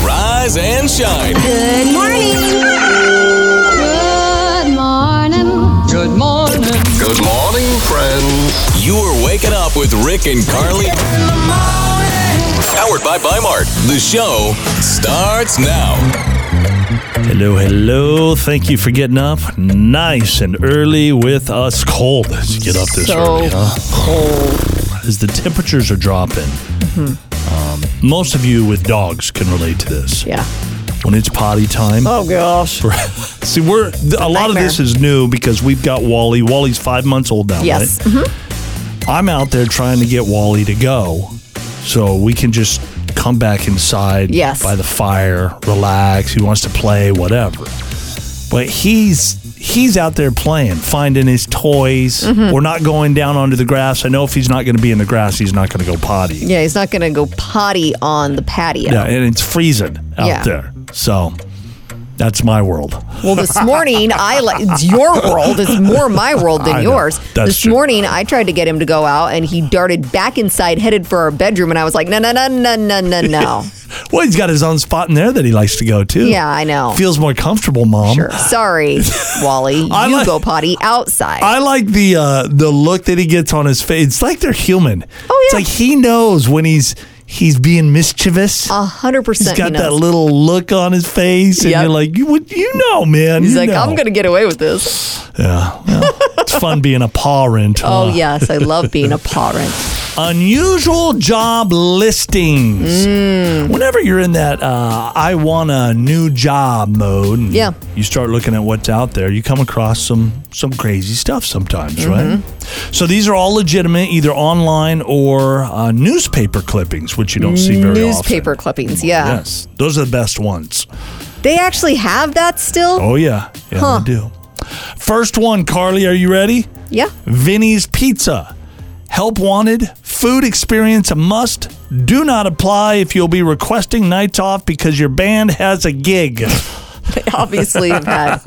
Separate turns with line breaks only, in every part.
rise and shine.
Good morning. Good morning. Good morning.
Good morning, friends. You are waking up with Rick and Carly. Powered by Bimart. The show starts now.
Hello, hello. Thank you for getting up nice and early with us. Cold as you get up this
So
early, huh?
cold. Mm-hmm.
As the temperatures are dropping. Um, most of you with dogs can relate to this.
Yeah.
When it's potty time.
Oh gosh.
See, we're th- a lot of
nightmare.
this is new because we've got Wally. Wally's five months old now,
Yes.
right? I'm out there trying to get Wally to go, so we can just come back inside
Yes.
by the fire, relax. He wants to play, whatever. But he's he's out there playing, finding his toys.
Mm-hmm.
We're not going down onto the grass. I know if he's not going to be in the grass, he's not going to go potty.
Yeah, he's not gonna go potty on the patio.
Yeah, and it's freezing out
Yeah.
there. So that's my world.
Well, this morning I let it's your world. It's more my world than
I know.
yours.
That's
this
true.
morning I tried to get him to go out and he darted back inside, headed for our bedroom, and I was like, no, no, no, no, no, no, no.
Well, he's got his own spot in there that he likes to go to.
Yeah, I know.
Feels more comfortable, mom.
Sure. Sorry, Wally. You
Um, I like-
go potty outside.
I like the uh, the look that he gets on his face. It's like they're human.
Oh,
It's
yeah.
like he knows when he's he's being mischievous.
A hundred
he's
percent.
got
he
that
knows.
little look on his face, and
Yep.
you're like, you would, you know, man.
He's
you
like,
know."
I'm gonna get away with this.
Yeah. well, it's fun being a parent.
Oh
huh?
yes, I love being a parent.
Unusual job listings.
Mm.
Whenever you're in that uh, I want a new job mode, and
Yeah.
you start looking at what's out there, you come across some some crazy stuff sometimes,
Mm-hmm.
right? So these are all legitimate, either online or uh, newspaper clippings, which you don't see very
Newspaper
often.
clippings. Yeah.
Yes, those are the best ones.
They actually have that still?
Oh yeah, yeah,
Huh.
they do. First one, Carly, are you ready?
Yeah.
Vinny's Pizza. Help wanted, food experience a must. Do not apply if you'll be requesting nights off because your band has a gig.
They obviously have had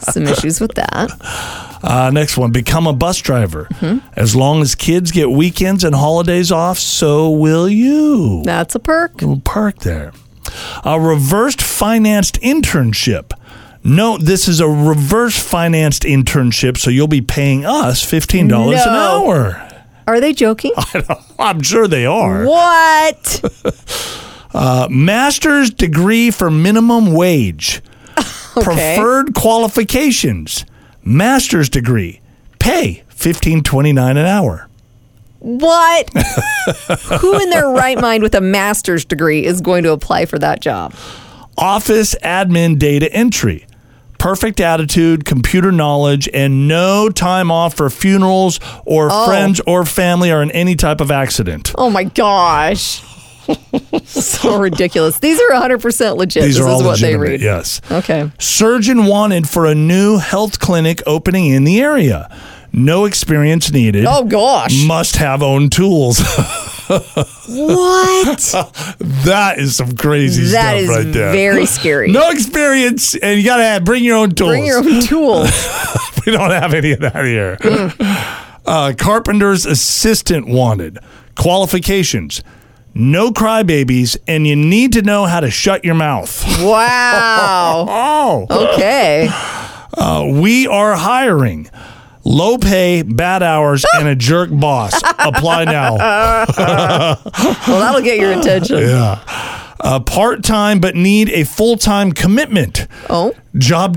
some issues with that.
Uh, next one, become a bus driver. As long as kids get weekends and holidays off, so will you.
That's a perk.
Little perk there. A reversed financed internship. No, this is a reverse financed internship, so you'll be paying us $15 an
No.
hour.
Are they joking?
I'm sure they are.
What?
master's degree for minimum wage. Preferred qualifications. Master's degree. Pay fifteen twenty nine an hour.
What? Who in their right mind with a master's degree is going to apply for that job?
Office admin data entry. Perfect attitude, computer knowledge, and no time off for funerals or friends or family or in any type of accident.
Oh my gosh. so ridiculous. These are 100% legit.
These
this
are
is
all
what they
legitimate.
read.
Yes.
Okay.
Surgeon wanted for a new health clinic opening in the area. No experience needed.
Oh gosh.
Must have own tools.
What?
That is some crazy
that
stuff
is
right there.
very scary.
no experience, and you gotta have, bring your own tools.
Bring your own tools.
we don't have any of that here.
Mm.
Uh, carpenter's assistant wanted qualifications: no crybabies, and you need to know how to shut your mouth.
Wow.
Oh,
Okay.
uh, we are hiring. Low pay, bad hours, and a jerk boss. Apply now.
Well, that'll get your attention.
Uh, Part time, but need a full time commitment.
Oh.
Job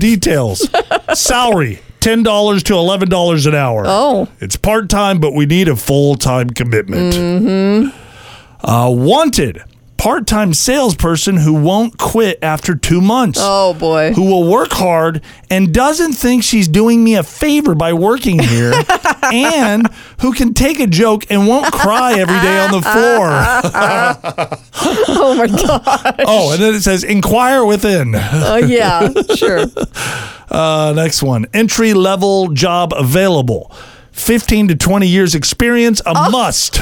details. Salary. Ten dollars to eleven dollars an hour.
Oh.
it's part time, but we need a full time commitment.
Mm-hmm.
Uh, wanted part time salesperson who won't quit after two months.
Oh boy.
Who will work hard and doesn't think she's doing me a favor by working here, and who can take a joke and won't cry every day on the floor.
Oh my god.
oh, and then it says inquire within.
Oh yeah. Sure.
Uh, next one entry level job available 15 to 20 years experience a
Oh.
must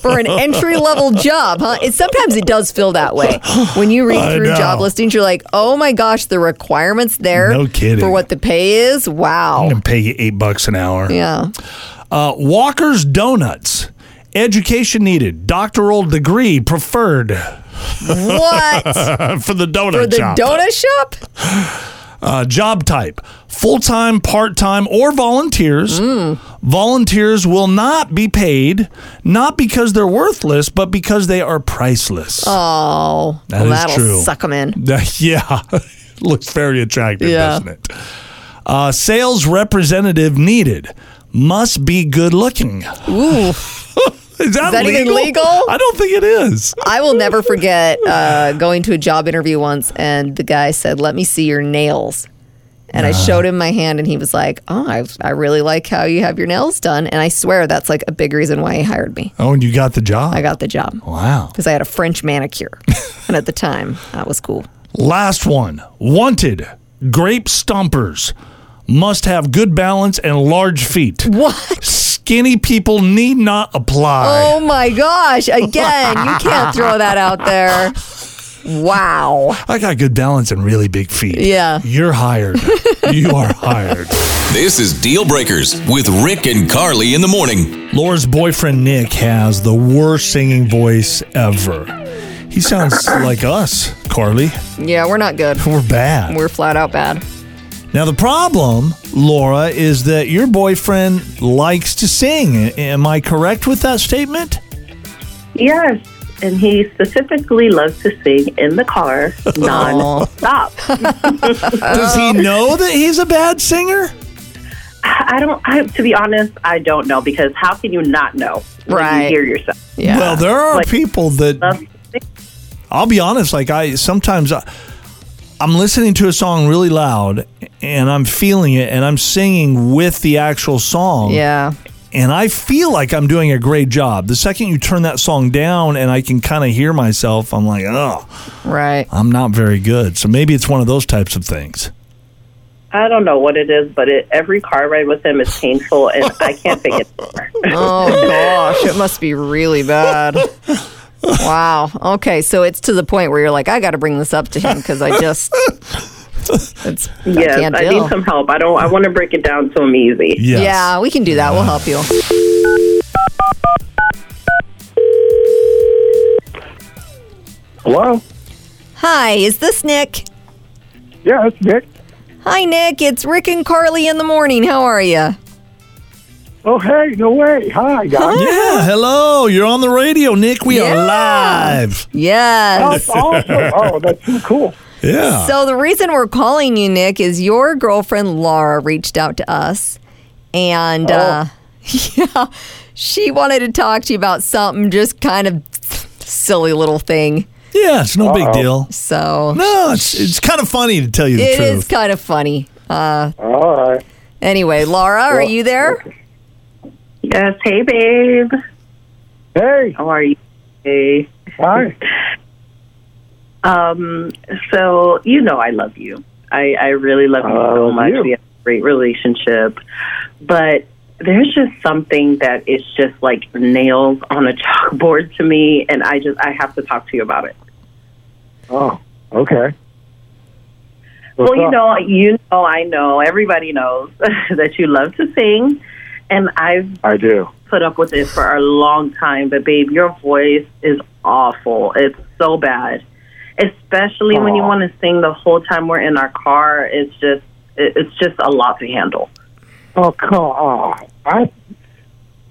for an entry level job, huh? It sometimes it does feel that way. When you read
I
through
know.
job listings, you're like, oh my gosh, the requirements there
No kidding.
for what the pay is. Wow.
and pay you eight bucks an hour
Yeah.
uh, walker's donuts education needed doctoral degree preferred
What?
for the donut
For the
shop.
donut shop?
Uh, job type full time, part time, or volunteers. Volunteers will not be paid, not because they're worthless, but because they are priceless.
Oh,
That
well,
is
that'll
true.
suck them in.
yeah. Looks very attractive,
Yeah.
doesn't it? Uh, sales representative needed must be good looking.
Ooh.
Is that,
that even
legal?
legal?
I don't think it is.
I will never forget uh, going to a job interview once, and the guy said, "Let me see your nails." And
Ah.
I showed him my hand, and he was like, "Oh, I, I really like how you have your nails done." And I swear that's like a big reason why he hired me.
Oh, and you got the job.
I got the job
wow.
because I had a French manicure, and at the time that was cool.
Last one. Wanted grape stompers must have good balance and large feet.
What?
Skinny people need not apply.
Oh my gosh! Again, you can't throw that out there. Wow.
I got good balance and really big feet.
Oh. Yeah.
You're hired. you are hired.
This is Deal Breakers with Rick and Carly in the morning.
Laura's boyfriend Nick has the worst singing voice ever. He sounds like us, Carly.
Yeah, we're not good.
We're bad.
We're flat out bad.
Now, the problem, Laura, is that your boyfriend likes to sing. A- Am I correct with that statement?
Yes, and he specifically loves to sing in the car non-stop.
Does
Oh.
he know that he's a bad singer?
I don't. I, to be honest, I don't know because how can you not know? when
Right.
You hear yourself.
Yeah.
Well, there are
Like-
people that
Love to sing.
I'll be honest. Like I sometimes I, I'm listening to a song really loud and I'm feeling it and I'm singing with the actual song.
yeah.
And I feel like I'm doing a great job. The second you turn that song down and I can kind of hear myself, I'm like, oh,
Right.
I'm not very good. So maybe it's one of those types of things.
I don't know what it is, but it, every car ride with him is painful, and I can't take it. anymore.
Oh gosh, it must be really bad. Wow. Okay, so it's to the point where you're like, I got to bring this up to him because I just, it's, I
yes,
can't
I,
deal.
need some help. I don't. I want to break it down to him easy.
Yes.
Yeah, we can do that. We'll help you.
Hello?
Hi, is this Nick?
Yeah, it's Nick.
Hi, Nick. It's Rick and Carly in the morning. How are you?
Oh, hey, no way. Hi, guys.
Yeah. Hello. You're on the radio, Nick. We
Yeah.
are live.
Yes.
That's awesome. Oh, that's too cool.
Yeah.
So the reason we're calling you, Nick, is your girlfriend Laura reached out to us, and uh, yeah, she wanted to talk to you about something, just kind of silly little thing.
yeah. It's no big deal.
So
No, it's, it's kind of funny to tell you the
it
truth.
is kind of funny. Uh,
All right.
anyway, Laura, are you there?
Yes. Hey, babe.
Hey,
How are you? Hey.
hi.
Um, so you know I love you. I, I really love you
I
so
love
much.
Oh, you.
We have a great relationship. But there's just something that is just like nails on a chalkboard to me and I just I have to talk to you about it.
Oh, okay. What's
well, you
up?
know, you know I know, everybody knows that you love to sing and I've
I do.
put up with it for a long time, but babe, your voice is awful. It's so bad, especially when you
Aw.
want to sing the whole time we're in our car. It's just, it- it's just a lot to handle.
Oh, come on. I,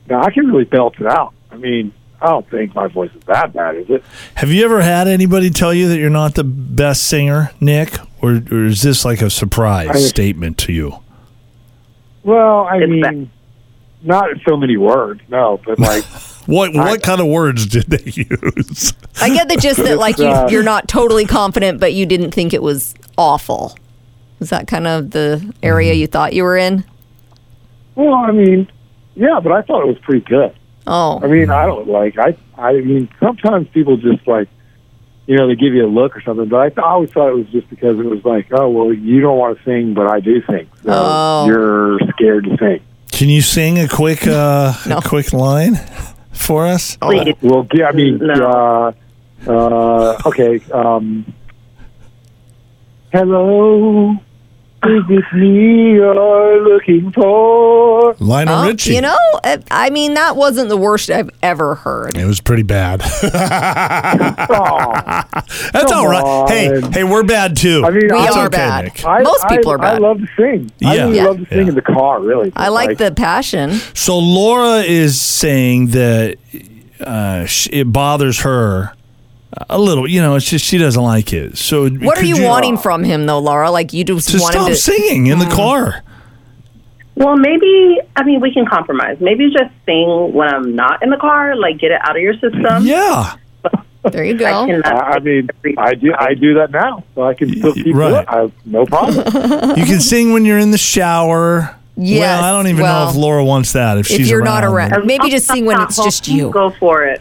now, I can really belt it out. I mean, I don't think my voice is that bad, is it?
Have you ever had anybody tell you that you're not the best singer, Nick? Or, or is this like a surprise
I-
statement to you?
Well, I
It's
mean,
bad.
not in so many words, no, but like,
What what kind of words did they use?
I get the gist that like you,
uh,
you're not totally confident, but you didn't think it was awful. Was that kind of the area you thought you were in?
well, I mean, yeah, but I thought it was pretty good.
Oh,
I mean, I don't like. I I mean, sometimes people just like, you know, they give you a look or something. But I, th- I always thought it was just because it was like, oh well, you don't want to sing, but I do sing. So
Oh.
you're scared to sing.
Can you sing a quick uh,
No. Oh.
a quick line for us?
Please.
Well, g- I mean,
No.
uh, uh, okay. Um, hello, Is it me you're looking for?
Lionel
Oh,
Richie.
You know, it, I mean, that wasn't the worst I've ever heard.
It was pretty bad.
Oh,
That's all right.
on.
Hey, hey, we're bad too.
I mean,
We
I,
It's
are
okay,
bad.
Nick.
I,
Most
I-
people are
I
bad.
love to sing. I
Yeah.
really
Yeah.
love to sing
Yeah.
in the car, really.
I like the passion.
so Laura is saying that uh, sh- it bothers her a little. You know, it's just she doesn't like it. So
What are
could uh,
you, wanting from him, though, Laura? Like, you just
To
want him
stop
to.
singing in the car.
Well, maybe I mean we can compromise. Maybe just sing when I'm not in the car, like get it out of your system.
Yeah.
There you
I
go.
cannot
I I mean, I do. I do that now, so I can still keep
Right.
doing it. I have no problem.
You can sing when you're in the shower.
Yes,
Well, I don't even know
well,
if Laura wants that. If,
If
she's
you're not around, maybe just sing when
Not
it's just
home.
you.
Go for it.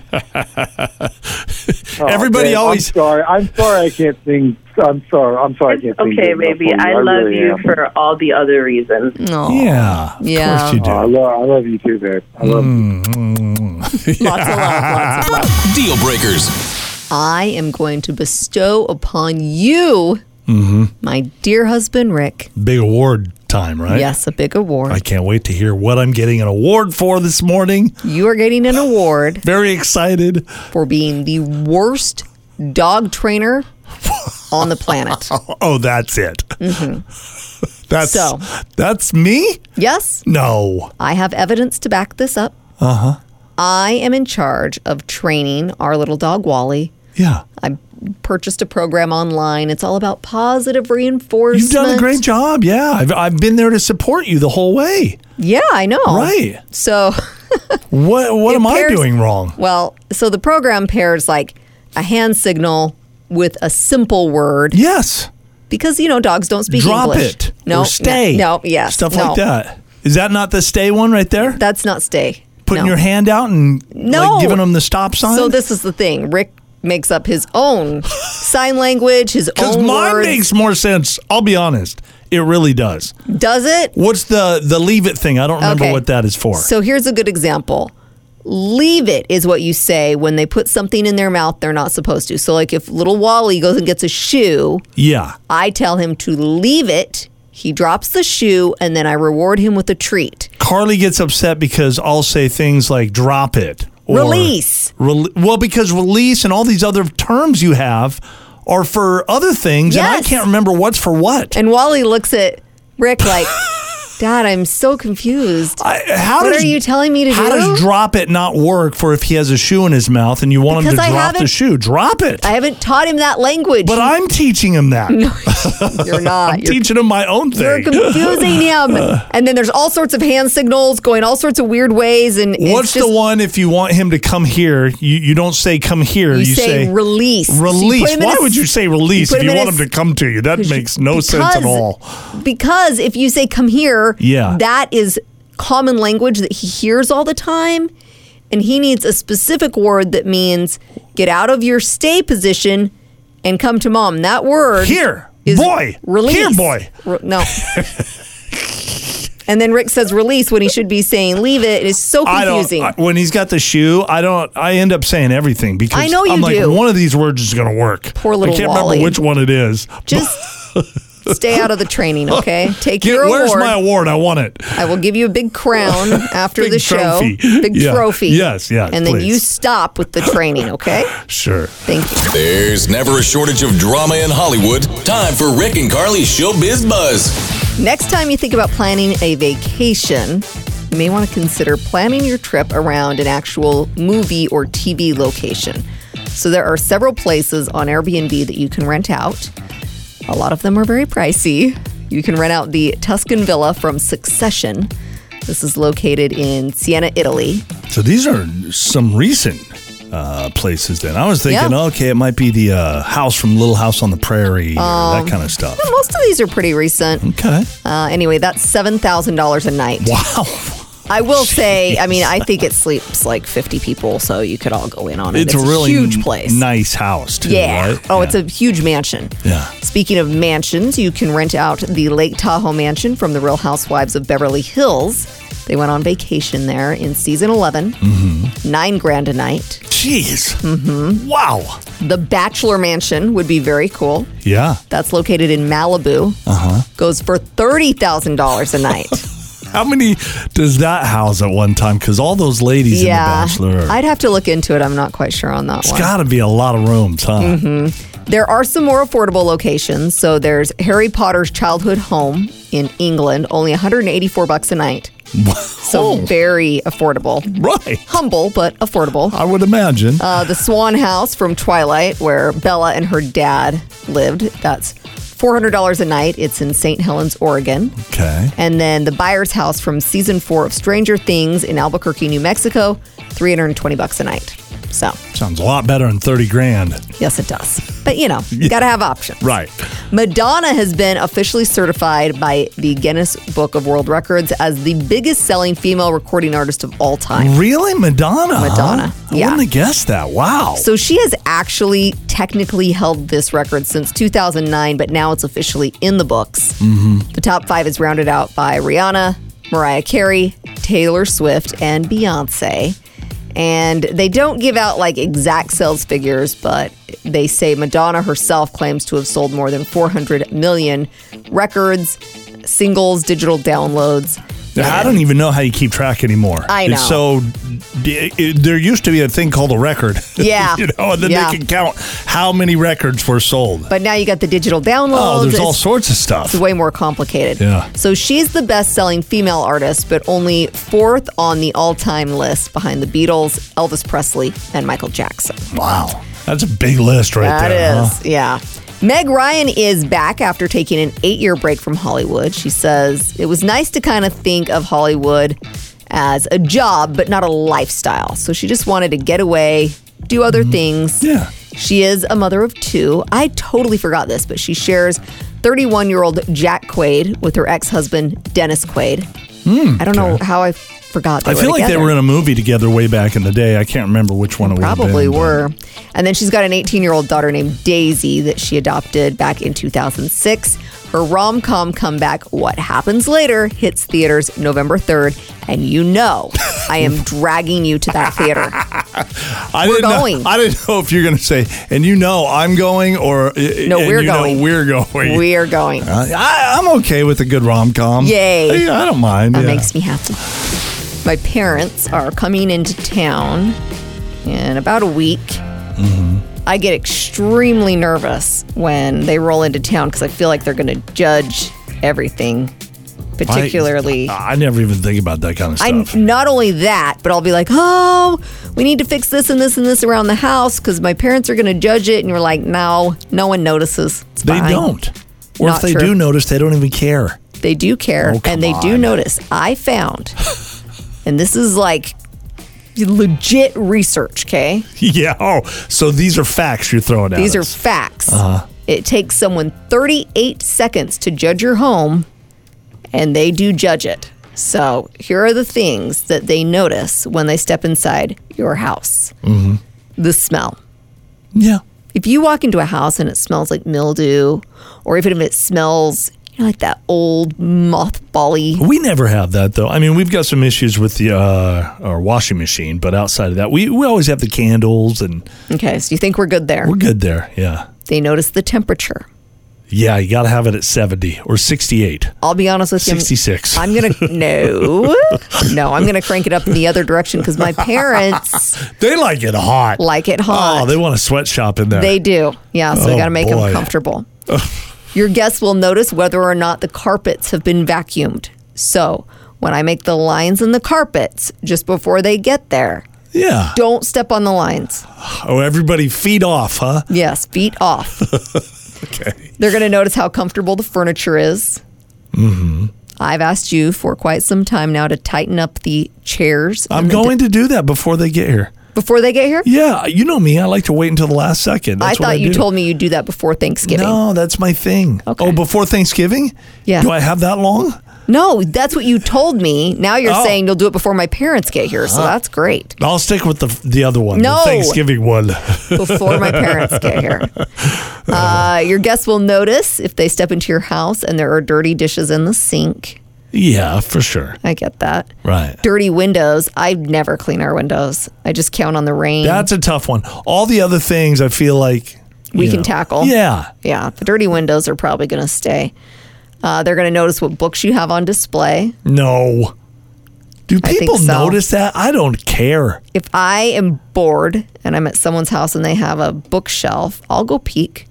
Oh,
Everybody
man,
always-
I'm sorry. I'm sorry. I can't sing. I'm sorry. I'm sorry. I can't sing.
Okay,
good enough
baby.
for you.
I love
really
you
am.
for all the other reasons.
No.
Yeah. Of
Yeah.
course you
Oh, I
do. Hmm.
love. I love you too, babe. I love. you.
Lots of love, lots of love.
Deal breakers.
I am going to bestow upon you, my dear husband Rick.
Big award time, right?
Yes, a big award.
I can't wait to hear what I'm getting an award for this morning.
you are getting an award
Very excited.
for being the worst dog trainer on the planet.
Oh, that's it. that's
Mm-hmm. So-
that's me?
Yes,
No.
I have evidence to back this up. Uh huh.
Uh-huh.
I am in charge of training our little dog Wally.
Yeah.
I purchased a program online. It's all about positive reinforcement.
You've done a great job. Yeah. I've, I've been there to support you the whole way.
Yeah, I know.
Right.
So.
What what am I
pairs-
doing wrong?
Well, so the program pairs like a hand signal with a simple word
Yes.
because you know dogs don't speak
Drop
English.
it.
No,
Or stay.
No, yes,
Stuff
no.
like that. Is that not the stay one right there?
That's not stay.
Putting
No.
your hand out and
No.
like giving them the stop sign?
So this is the thing. Rick makes up his own sign language, his
Because
own
mine
words.
makes more sense. I'll be honest. It really does.
Does it?
What's the the leave it thing? I don't remember
Okay.
what that is for.
So here's a good example. Leave it is what you say when they put something in their mouth they're not supposed to. So like if little Wally goes and gets a shoe,
yeah.
I tell him to leave it. He drops the shoe, and then I reward him with a treat.
Carly gets upset because I'll say things like drop it or
Release.
Rel- well, because release and all these other terms you have are for other things, and
Yes.
I can't remember what's for what.
And Wally looks at Rick like, Dad, I'm so confused.
I, how
What
does,
are you telling me to do?
how does drop it not work for if he has a shoe in his mouth and you want him
Because
to
I
drop the
haven't-
shoe? Drop it.
I haven't taught him that language.
but I'm teaching him that.
You're not. You're,
teaching him my own
you're
thing.
confusing him. And then there's all sorts of hand signals going all sorts of weird ways. And it's
What's
just-
the one if you want him to come here? You, you don't say come here.
You,
You,
say, release. So you put
Release.
him in
Why
a-
would you say release
put
if you
in
want
a-
him to come to you? That makes no sense at
because-
all.
Because if you say come here,
Yeah.
that is common language that he hears all the time. And he needs a specific word that means get out of your stay position and come to mom. That word
Here,
is
boy.
Release.
Here, boy.
Re- no. and then Rick says release when he should be saying leave it. It is so
I don't.
confusing.
I- when he's got the shoe, I don't. I end up saying everything because
I know you
am like
do.
one of these words is going to work.
Poor little
I can't
Wally.
remember which one it is.
Just stay out of the training, okay? Take
Get-
your
where's
award.
my award? I want it.
I will give you a big crown after
Big
the show.
trophy.
Big
Yeah.
trophy.
Yes, yes,
And then you
please.
stop with the training, okay?
Sure.
Thank you.
There's never a shortage of drama in Hollywood. Time for Rick and Carly's Showbiz Buzz.
Next time you think about planning a vacation, you may want to consider planning your trip around an actual movie or TV location. So there are several places on Airbnb that you can rent out. A lot of them are very pricey. You can rent out the Tuscan Villa from Succession. This is located in Siena, Italy.
So these are some recent uh, places. Then I was thinking,
Yeah.
okay, it might be the uh, house from Little House on the Prairie, or
Um,
that kind of stuff.
Most of these are pretty recent.
Okay.
Uh, anyway, that's seven thousand dollars a night.
Wow.
I will say, I mean, I think it sleeps like fifty people, so you could all go in on it.
It's, a really
huge place.
nice house too.
yeah.
Right?
Oh, it's a huge mansion.
Yeah.
Speaking of mansions, you can rent out the Lake Tahoe mansion from the Real Housewives of Beverly Hills. They went on vacation there in season 11,
Mm-hmm.
nine grand a night.
Jeez.
Mm-hmm.
Wow.
The Bachelor Mansion would be very cool.
Yeah.
That's located in Malibu.
Uh-huh.
Uh huh. Goes for $30,000 a night.
How many does that house at one time? Because all those ladies
yeah.
in The Bachelor, are-
I'd have to look into it. I'm not quite sure on that
it's
one.
got to be a lot of rooms, huh?
Mm-hmm. There are some more affordable locations. So there's Harry Potter's childhood home in England, only 184 bucks a night. So very affordable.
Right.
Humble but affordable.
I would imagine.
Uh, the Swan House from Twilight, where Bella and her dad lived. That's $400 a night. It's in St. Helens, Oregon.
okay.
And then the buyer's house from season four of Stranger Things in Albuquerque, New Mexico, 320 bucks a night. So,
Sounds a lot better than 30 grand.
yes, it does. But you know, gotta have options.
Right.
Madonna has been officially certified by the Guinness Book of World Records as the biggest selling female recording artist of all time.
Really? Madonna? huh?
Madonna, yeah.
I wouldn't have guessed that. Wow.
So she has actually technically held this record since 2009, but now it's officially in the books.
Mm-hmm.
The top five is rounded out by Rihanna, Mariah Carey, Taylor Swift, and Beyonce. And they don't give out like exact sales figures, but they say Madonna herself claims to have sold more than 400 million records, singles, digital downloads.
I don't even know how you keep track anymore.
I
It's
know.
so d- it, there used to be a thing called a record.
Yeah.
you know, and then
Yeah.
they can count how many records were sold.
But now you got the digital downloads.
oh, there's all
It's-
sorts of stuff.
It's way more complicated.
Yeah.
So she's the best selling female artist, but only fourth on the all time list behind the Beatles, Elvis Presley, and Michael Jackson.
Wow. That's a big list right
That
there. huh?
is, yeah. Meg Ryan is back after taking an eight year break from Hollywood. She says, It was nice to kind of think of Hollywood as a job, but not a lifestyle. So she just wanted to get away, do other things.
Mm-hmm. Yeah.
She is a mother of two. I totally forgot this, but she shares 31 year old Jack Quaid with her ex husband, Dennis Quaid. I don't know how I forgot they
Hmm, I
were
feel like they
together.
were in a movie together way back in the day. I can't remember which one it
Probably
would have
were. And then she's got an 18 year old daughter named Daisy that she adopted back in 2006. Her rom com comeback, What Happens Later, hits theaters November 3rd. And you know, I am dragging you to that theater.
been. I
We're
didn't know-
going.
I didn't know if you're going to say, and you know I'm going, or
No,
and
we're
you know
going.
we're going.
We are going. That
I, I'm okay with a good rom com.
Yay.
I don't mind. yeah.
makes me happy. My parents are coming into town in about a week.
Mm-hmm.
I get extremely nervous when they roll into town because I feel like they're going to judge everything, particularly.
I, I never even think about that kind of
I
stuff.
not only that, but I'll be like, oh, we need to fix this and this and this around the house because my parents are going to judge it. And you're like, no, no one notices. It's
they
fine."
don't. Or
Not
if they
true.
do notice, they don't even care.
They do care
Oh, come
and they do
on.
notice. I found, and this is like legit research, okay?
yeah. Oh, so these are facts you're throwing out.
These are facts.
Uh-huh.
It takes someone 38 seconds to judge your home, and they do judge it. So here are the things that they notice when they step inside your house
Mm-hmm.
the smell.
yeah.
If you walk into a house and it smells like mildew, or even if it smells you know, like that old mothball-y
We never have that though. I mean, we've got some issues with the uh, our washing machine, but outside of that, we, we always have the candles and
Okay, so you think we're good there?
we're good there. Yeah.
They notice the temperature.
Yeah, you got to have it at 70 or 68,
I'll be honest with you. I'm-
66.
I'm gonna no, no. I'm gonna crank it up in the other direction because my parents
they like it hot.
like it hot.
Oh, they want a sweatshop in there.
They do. Yeah, so we
Oh,
got to make
boy.
them comfortable. Your guests will notice whether or not the carpets have been vacuumed. So when I make the lines in the carpets just before they get there,
yeah.
don't step on the lines.
Oh, everybody feet off, huh?
Yes, feet off.
Okay.
They're going to notice how comfortable the furniture is. Mm-hmm. I've asked you for quite some time now to tighten up the chairs.
I'm
and the-
going to do that before they get here.
before they get here.
Yeah, you know me. I like to wait until the last second.
I
That's what
thought you
do.
told me you'd do that before Thanksgiving.
No, that's my thing.
Okay.
Oh, before Thanksgiving?
Yeah.
Do I have that long?
No, that's what you told me. Now you're
Oh. Uh-huh.
saying you'll do it before my parents get here, so that's great.
I'll stick with the the other one.
No.
The Thanksgiving one.
Before my parents get here, uh, your guests will notice if they step into your house and there are dirty dishes in the sink.
Yeah, for sure.
I get that.
Right.
Dirty windows. I never clean our windows. I just count on the rain.
That's a tough one. All the other things I feel like
We
you
can
know.
tackle.
Yeah.
yeah. The dirty windows are probably going to stay. Uh, they're going to notice what books you have on display.
No. Do
I think
people
so.
notice that? I don't care.
If I am bored and I'm at someone's house and they have a bookshelf, I'll go peek.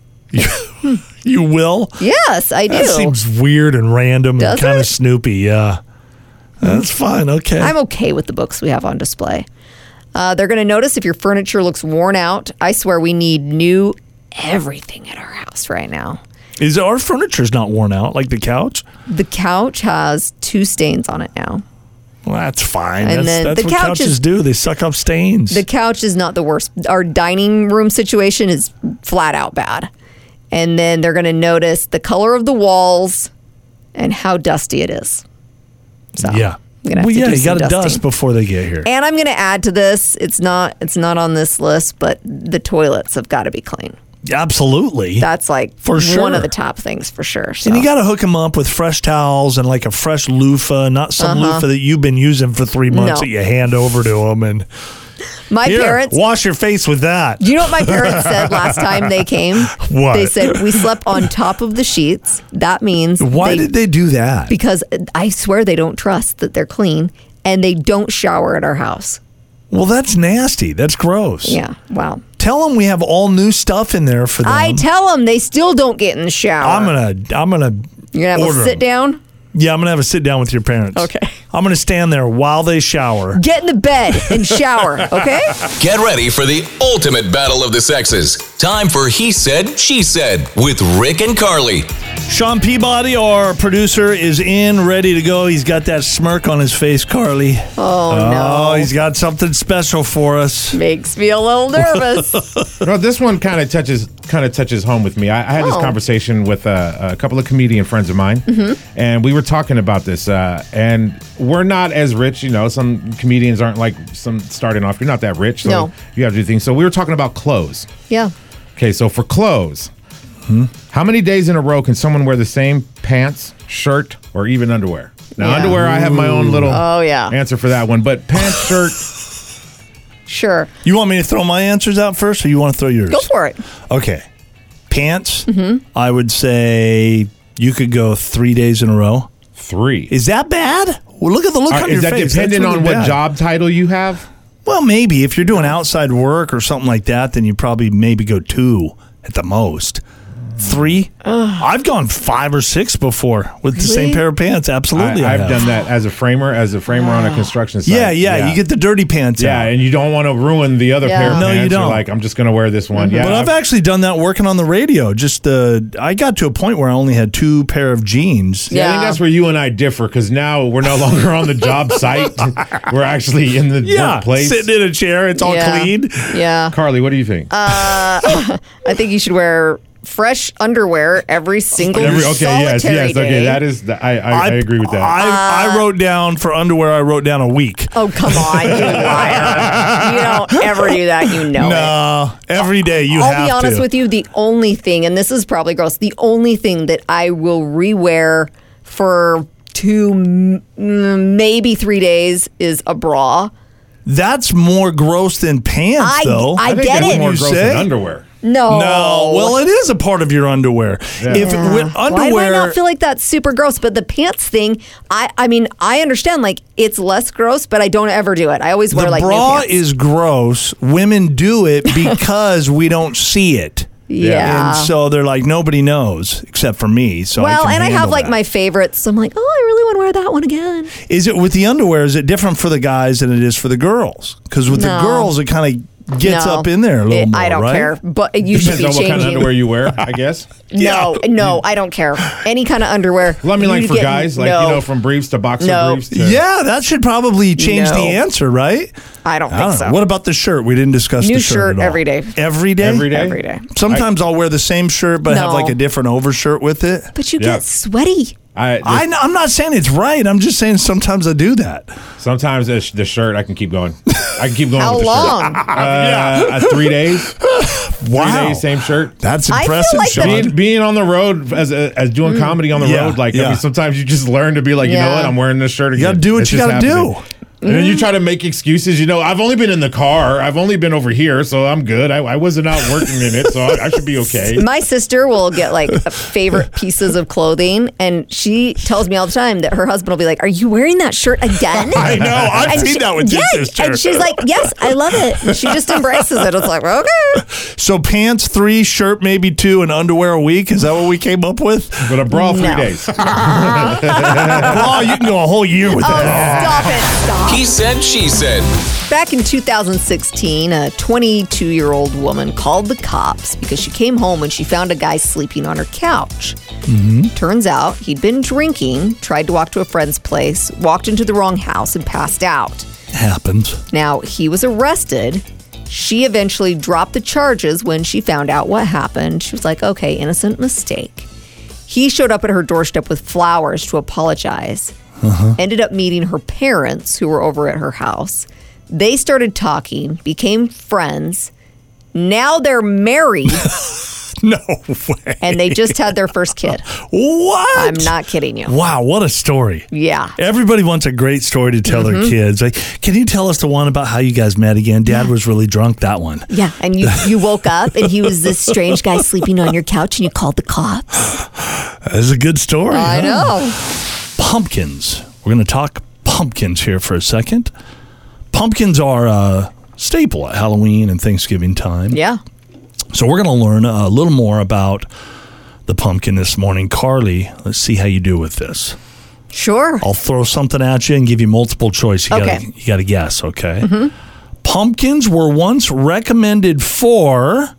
You will?
Yes, I do.
That seems weird and random
Does
and kind
it?
of snoopy. Yeah. That's fine. Okay.
I'm okay with the books we have on display. Uh, they're going to notice if your furniture looks worn out. I swear we need new everything at our house right now.
Is our furniture's not worn out like the couch?
The couch has two stains on it now.
Well, that's fine. that's
then
that's
the
what
couch
couches
is-
do. They suck up stains.
The couch is not the worst. Our dining room situation is flat out bad. And then they're going to notice the color of the walls and how dusty it is. So,
yeah.
I'm gonna have
well,
to
yeah,
do
you
some
got to
dusting.
dust before they get here.
And I'm going to add to this, it's not it's not on this list, but the toilets have got to be clean.
Absolutely.
That's like
For
one
sure.
of the top things for sure. So.
and you got to hook them up with fresh towels and like a fresh loofah, not some loofah that you've been using for three months
Uh-huh. No.
that you hand over to them and
my
here,
parents.
wash your face with that.
Do you know what my parents said last time they came?
What?
They said we slept on top of the sheets. That means
Why
they-
did they do that?
because I swear they don't trust that they're clean and they don't shower at our house.
Well, that's nasty. That's gross.
Yeah. Wow.
Tell them we have all new stuff in there for them.
I tell them they still don't get in the shower.
I'm gonna. I'm gonna.
You're going to have
order
a
'em.
sit down?
Yeah, I'm gonna have a sit down with your parents.
Okay.
I'm gonna stand there while they shower.
Get in the bed and shower, okay?
Get ready for the ultimate battle of the sexes. Time for He Said, She Said with Rick and Carly.
Sean Peabody, our producer, is in, ready to go. He's got that smirk on his face, Carly.
Oh,
Oh,
no.
he's got something special for us.
Makes me a little nervous.
No, this one kind of touches kind of touches home with me. I, I had this
Oh. Mm-hmm.
conversation with uh, a couple of comedian friends of mine, and we were talking about this. Uh, and we're not as rich, you know. Some comedians aren't like some starting off. You're not that rich, so
No.
you have to do things. So we were talking about clothes.
yeah.
Okay, so for clothes, hmm, how many days in a row can someone wear the same pants, shirt, or even underwear? Now,
Yeah.
underwear, I have my own little
Oh, yeah.
answer for that one, but pants, shirt,
Sure.
You want me to throw my answers out first, or you want to throw yours?
Go for it. Mm-hmm.
Okay. Pants. I would say you could go three days in a row.
three.
Is that bad? Well, look at the look
Are-
on
is
your
that
face. That's
dependent
really
on what
bad.
job title you have?
Well, maybe if you're doing outside work or something like that, then you probably maybe go two at the most. Three. I've gone five or six before with the same
Really?
pair of pants. Absolutely, I,
I, I've
have.
done that as a framer, as a framer on a construction site.
Yeah, yeah, You get the dirty pants.
yeah,
out.
and you don't want to ruin the other
Yeah.
pair. Of
No, you
pants. You're
don't. Mm-hmm.
like I'm just gonna wear this one. Yeah,
But I've actually done that working on the radio. Just uh, I got to a point where I only had two pair of jeans.
yeah, I think
Yeah.
that's where you and I differ because now we're no longer on the job site. we're actually in the
Yeah,
workplace.
sitting in a chair, it's all
Yeah.
clean.
Yeah.
Carly, what do you think?
Uh, I think you should wear fresh underwear every single
Every- okay,
solitary
yes, yes,
day.
okay. That is, the, I, I, I agree with that.
I, I wrote down for underwear. I wrote down a week.
Oh, come on, you liar. You don't ever do that. You know it.
No, every day you have
I'll be honest
to.
with you. The only thing, and this is probably gross, the only thing that I will rewear for two, m- m- maybe three days is a bra.
That's more gross than pants,
I,
though.
I,
I think
get
that's
it.
more
You
gross
say?
than underwear.
No.
no, well, it is a part of your underwear. If
Yeah.
with
Why do I
underwear,
not feel like that's super gross? But the pants thing, I, I mean, I understand. Like it's less gross, but I don't ever do it. I always wear
the
like new
bra
pants.
is gross. Women do it because we don't see it.
yeah.
And so they're like nobody knows except for me. So
well,
I can
and I have
handle
like
that.
my favorites. So I'm like, oh, I really want to wear that one again.
Is it with the underwear? Is it different for the guys than it is for the girls? Because with the
No.
girls, it kind of gets
No.
up in there a little
It-
more.
I don't
right?
care, but you should
Depends
be
on what
changing.
kind of underwear you wear, I guess.
No, no, I don't care. Any kind of underwear.
Well, I mean, like
You
for
get-
guys, like
no,
you know, from briefs to boxer
No.
briefs. To,
Yeah, that should probably change the
No.
answer, right?
I don't
I
think
don't know.
so.
What about the shirt? We didn't discuss
New
the shirt,
shirt
at all.
every day.
Every day.
Every day.
every day?
Sometimes I, will wear the same shirt, but have
No.
like a different overshirt with it.
But you
Yeah.
get sweaty.
I,
I, am not saying it's right. I'm just saying sometimes I do that.
sometimes the, sh- the shirt I can keep going. I can keep going.
How
with the
long?
shirt. Uh, uh, three days. Three
Wow.
days, same shirt.
That's
I feel
impressive,
like
Sean.
that-
Being, being on the road as a, as doing comedy on the
Yeah,
road, like I
yeah.
mean, sometimes you just learn to be like, you know
Mm. Yeah. Mm.
what, I'm wearing this shirt again.
gotta do what
It's
you
just
gotta
happening.
do.
And then you try to make excuses. You know, I've only been in the car. I've only been over here, so I'm good. I, I wasn't out working in it, so I, I should be okay.
My sister will get like favorite pieces of clothing, and she tells me all the time that her husband will be like, "Are you wearing that shirt again?"
I know. I've
And
seen
she-
that with your
yeah,
sister.
and she's like, "Yes, I love it." She just embraces it. It's like, okay,
So pants three, shirt maybe two, and underwear a week. Is that what we came up with?
But a bra three
No.
days.
oh, you can go a whole year with
oh,
that.
stop it, stop.
He said, she said.
Back in 2016, a 22 year old woman called the cops because she came home and she found a guy sleeping on her couch. Turns out he'd been drinking, tried to walk to a friend's place, walked into the wrong house, and passed out.
Happens.
Now, he was arrested. She eventually dropped the charges when she found out what happened. She was like, okay, innocent mistake. He showed up at her doorstep with flowers to apologize.
Uh-huh.
Ended up meeting her parents who were over at her house. They started talking, became friends. Now they're married
No way.
and they just had their first kid.
What?
I'm not kidding you.
Wow, what a story.
Yeah.
Everybody wants a great story to tell
Mm-hmm.
their kids. Like, can you tell us the one about how you guys met again? Dad was really drunk that one.
Yeah. And you, you woke up and he was this strange guy sleeping on your couch and you called the cops.
That's a good story.
I
huh?
know.
Pumpkins. We're going to talk pumpkins here for a second. Pumpkins are a staple at Halloween and Thanksgiving time.
Yeah.
So we're going to learn a little more about the pumpkin this morning. Carly, let's see how you do with this.
Sure.
I'll throw something at you and give you multiple choice. You
Okay. Mm-hmm.
gotta you gotta guess, okay? Pumpkins were once recommended for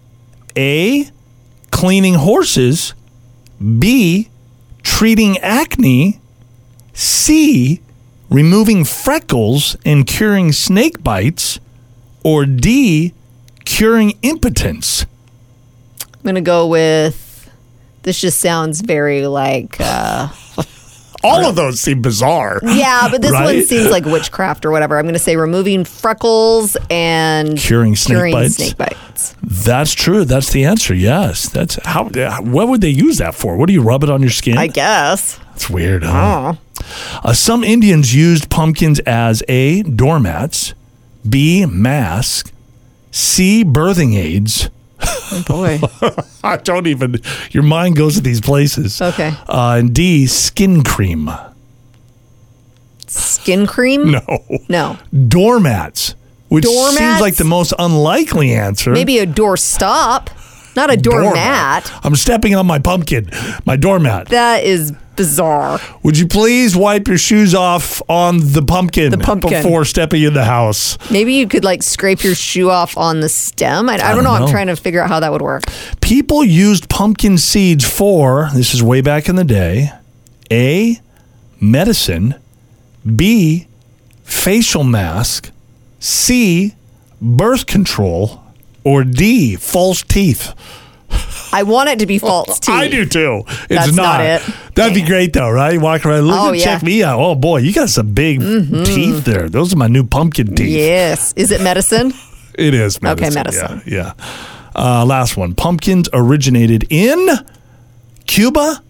A cleaning horses, B treating acne, C removing freckles and curing snake bites, or D curing impotence.
I'm gonna go with. This just sounds very like. Uh,
All of those seem bizarre.
yeah, but this one
Right?
seems like witchcraft or whatever. I'm gonna say removing freckles and
Curing snake
curing
bites.
snake bites.
That's true. That's the answer. Yes. That's how. What would they use that for? What do you rub it on your skin?
I guess.
It's weird, huh? Uh, some Indians used pumpkins as a doormats, b mask, c birthing aids.
Boy.
I don't even. Your mind goes to these places.
Okay.
Uh, and d skin cream.
Skin cream?
No.
No.
Doormats, which seems
Doormats?
like the most unlikely answer.
Maybe a door stop, not a doormat.
I'm stepping on my pumpkin, my doormat.
That is bizarre.
Would you please wipe your shoes off on the pumpkin,
The pumpkin.
before stepping in the house?
Maybe you could like scrape your shoe off on the stem. I, I, don't,
don't
know.
know.
I'm trying to figure out how that would work.
People used pumpkin seeds for, this is way back in the day, A, medicine, B, facial mask, C, birth control, or D, false teeth.
I want it to be false teeth.
I do too. It's
That's not it.
That'd be great though, right? Walk around, look,
Oh,
at- check
yeah. Mm-hmm.
me out. Oh boy, you got some big teeth there. Those are my new pumpkin teeth.
Yes. Is it medicine?
It is medicine.
Okay, medicine.
Yeah. yeah. Uh, last one. Pumpkins originated in Cuba,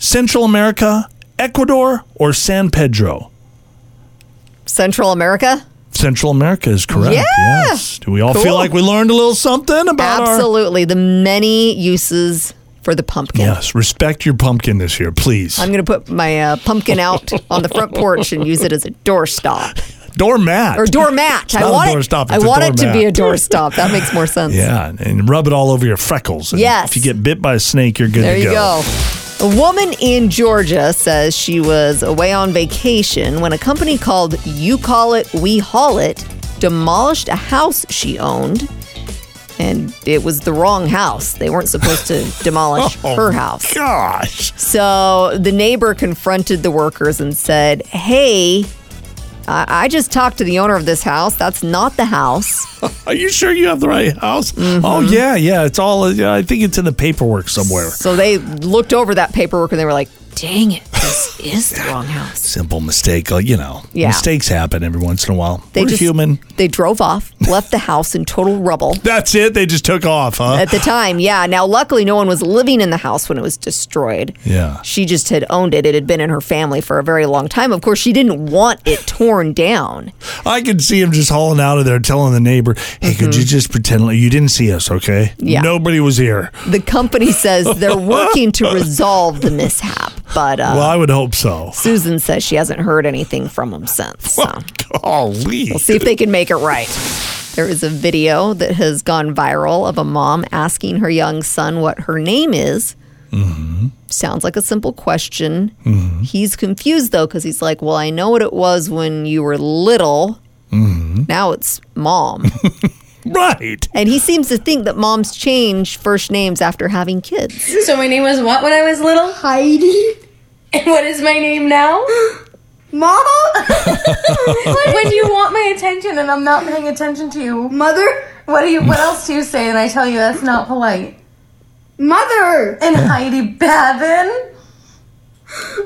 Central America, Ecuador, or San Pedro.
Central America?
Central America is correct.
Yeah.
Yes. Do we all
Cool.
feel like we learned a little something about our?
Absolutely. The many uses for the pumpkin.
Yes. Respect your pumpkin this year, please.
I'm going to put my uh, pumpkin out on the front porch and use it as a doorstop
Doormat.
or doormat.
not
I
a
want
doorstop,
It, I
it's a
want it to be a
doormat.
doorstop. That makes more sense.
yeah, and rub it all over your freckles. And
Yes.
If you get bit by a snake, you're good
There
to
you
go.
go. A woman in Georgia says she was away on vacation when a company called You Call It, We Haul It demolished a house she owned. And it was the wrong house. They weren't supposed to demolish
Oh,
her house.
Gosh.
So the neighbor confronted the workers and said, Hey, I I just talked to the owner of this house. That's not the house.
Are you sure you have the right house? Oh
Mm-hmm.
yeah, yeah. It's all. Yeah, I think it's in the paperwork somewhere.
So they looked over that paperwork and they were like, Dang it. house. It is the wrong house.
Simple mistake, like, you know.
Yeah.
Mistakes happen every once in a while.
They
We're
just,
human.
They drove off, left the house in total rubble.
That's it. They just took off, huh?
At the time, yeah. Now, luckily, no one was living in the house when it was destroyed.
Yeah.
She just had owned it. It had been in her family for a very long time. Of course, she didn't want it torn down.
I could see him just hauling out of there, telling the neighbor, "Hey, could you just pretend like you didn't see us, okay?
Mm-hmm. Yeah.
Nobody was here."
The company says they're working to resolve the mishap, but uh,
Well, I would hope so.
Susan says she hasn't heard anything from him since. So.
Golly,
We'll see if they can make it right. There is a video that has gone viral of a mom asking her young son what her name is. Sounds like a simple question. He's confused though because he's like, "Well, I know what it was when you were little. Now it's mom."
right?
and he seems to think that moms change first names after having kids.
So my name was what when I was little? Heidi. And what is my name now? Mom. when you want my attention and I'm not paying attention to you, mother. What do you? What else do you say? And I tell you that's not polite. Mother. And Heidi Bavin.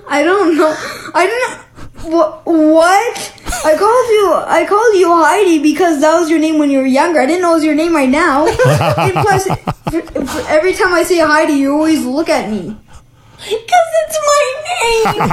I don't know. I don't. What? What? I called you. I called you Heidi because that was your name when you were younger. I didn't know it was your name right now. and plus, f- f- every time I say Heidi, you always look at me. Because it's my name.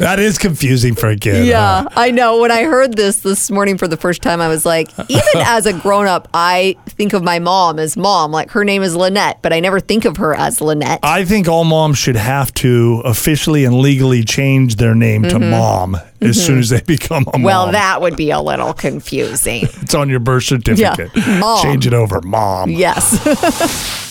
That is confusing for a kid. huh?
Yeah, I know. When I heard this this morning for the first time, I was like, even as a grown up, I think of my mom as mom. Like her name is Lynette, but I never think of her as Lynette.
I think all moms should have to officially and legally change their name to mom as soon as they become a mom.
Mm-hmm. well, that would be a little confusing.
it's on your birth certificate.
Mom.
Change it over, mom.
yes.